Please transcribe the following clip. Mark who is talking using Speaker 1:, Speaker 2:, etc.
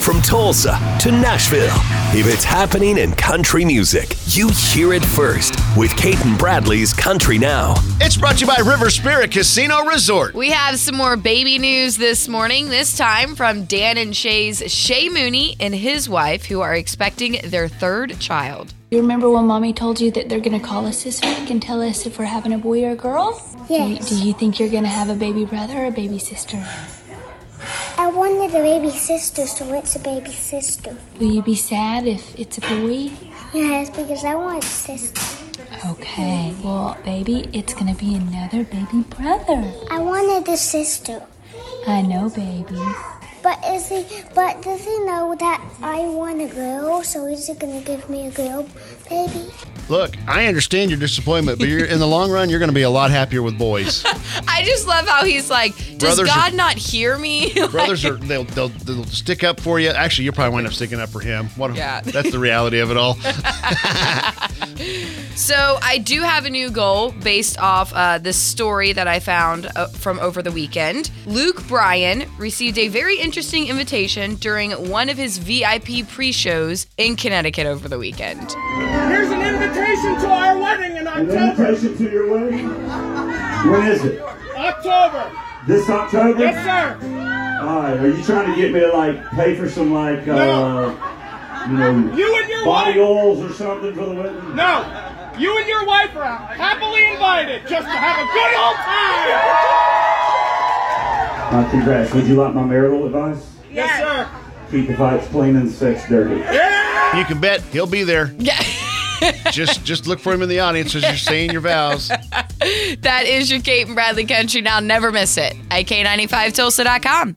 Speaker 1: From Tulsa to Nashville, if it's happening in country music, you hear it first with Kate and Bradley's Country Now.
Speaker 2: It's brought to you by River Spirit Casino Resort.
Speaker 3: We have some more baby news this morning, this time from Dan and Shay's Shay Mooney and his wife, who are expecting their third child.
Speaker 4: You remember when mommy told you that they're gonna call us this week and tell us if we're having a boy or a girl?
Speaker 5: Yes.
Speaker 4: Do you think you're gonna have a baby brother or a baby sister?
Speaker 5: I wanted a baby sister, so it's a baby sister.
Speaker 4: Will you be sad if it's a boy?
Speaker 5: Yes, because I want a sister.
Speaker 4: Okay. Well, baby, it's gonna be another baby brother.
Speaker 5: I wanted a sister.
Speaker 4: I know, baby.
Speaker 5: But is he? But does he know that I want a girl? So is he gonna give me a girl baby?
Speaker 2: Look, I understand your disappointment, but you're, in the long run, you're going to be a lot happier with boys.
Speaker 3: I just love how he's like, Does
Speaker 2: Brothers
Speaker 3: God
Speaker 2: are-
Speaker 3: not hear me?
Speaker 2: Brothers are they'll, they'll they'll stick up for you. Actually, you'll probably wind up sticking up for him. What a-
Speaker 3: Yeah.
Speaker 2: that's the reality of it all.
Speaker 3: So I do have a new goal based off uh, this story that I found uh, from over the weekend. Luke Bryan received a very interesting invitation during one of his VIP pre-shows in Connecticut over the weekend.
Speaker 6: Here's an invitation to our wedding in
Speaker 7: An
Speaker 6: October.
Speaker 7: invitation to your wedding? When is it?
Speaker 6: October.
Speaker 7: This October?
Speaker 6: Yes, sir.
Speaker 7: Alright, are you trying to get me to like pay for some like
Speaker 6: No.
Speaker 7: uh you know
Speaker 6: You and your
Speaker 7: body
Speaker 6: wife.
Speaker 7: oils or something for the wedding?
Speaker 6: No. You and your wife are happily invited just to have a good old time.
Speaker 7: Uh, congrats. Would you like my marital advice?
Speaker 6: Yes, sir.
Speaker 7: Keep the fights plain and the sex dirty.
Speaker 2: You can bet he'll be there. just just look for him in the audience as you're saying your vows.
Speaker 3: That is your Kate and Bradley Country. Now never miss it. AK95Tulsa.com.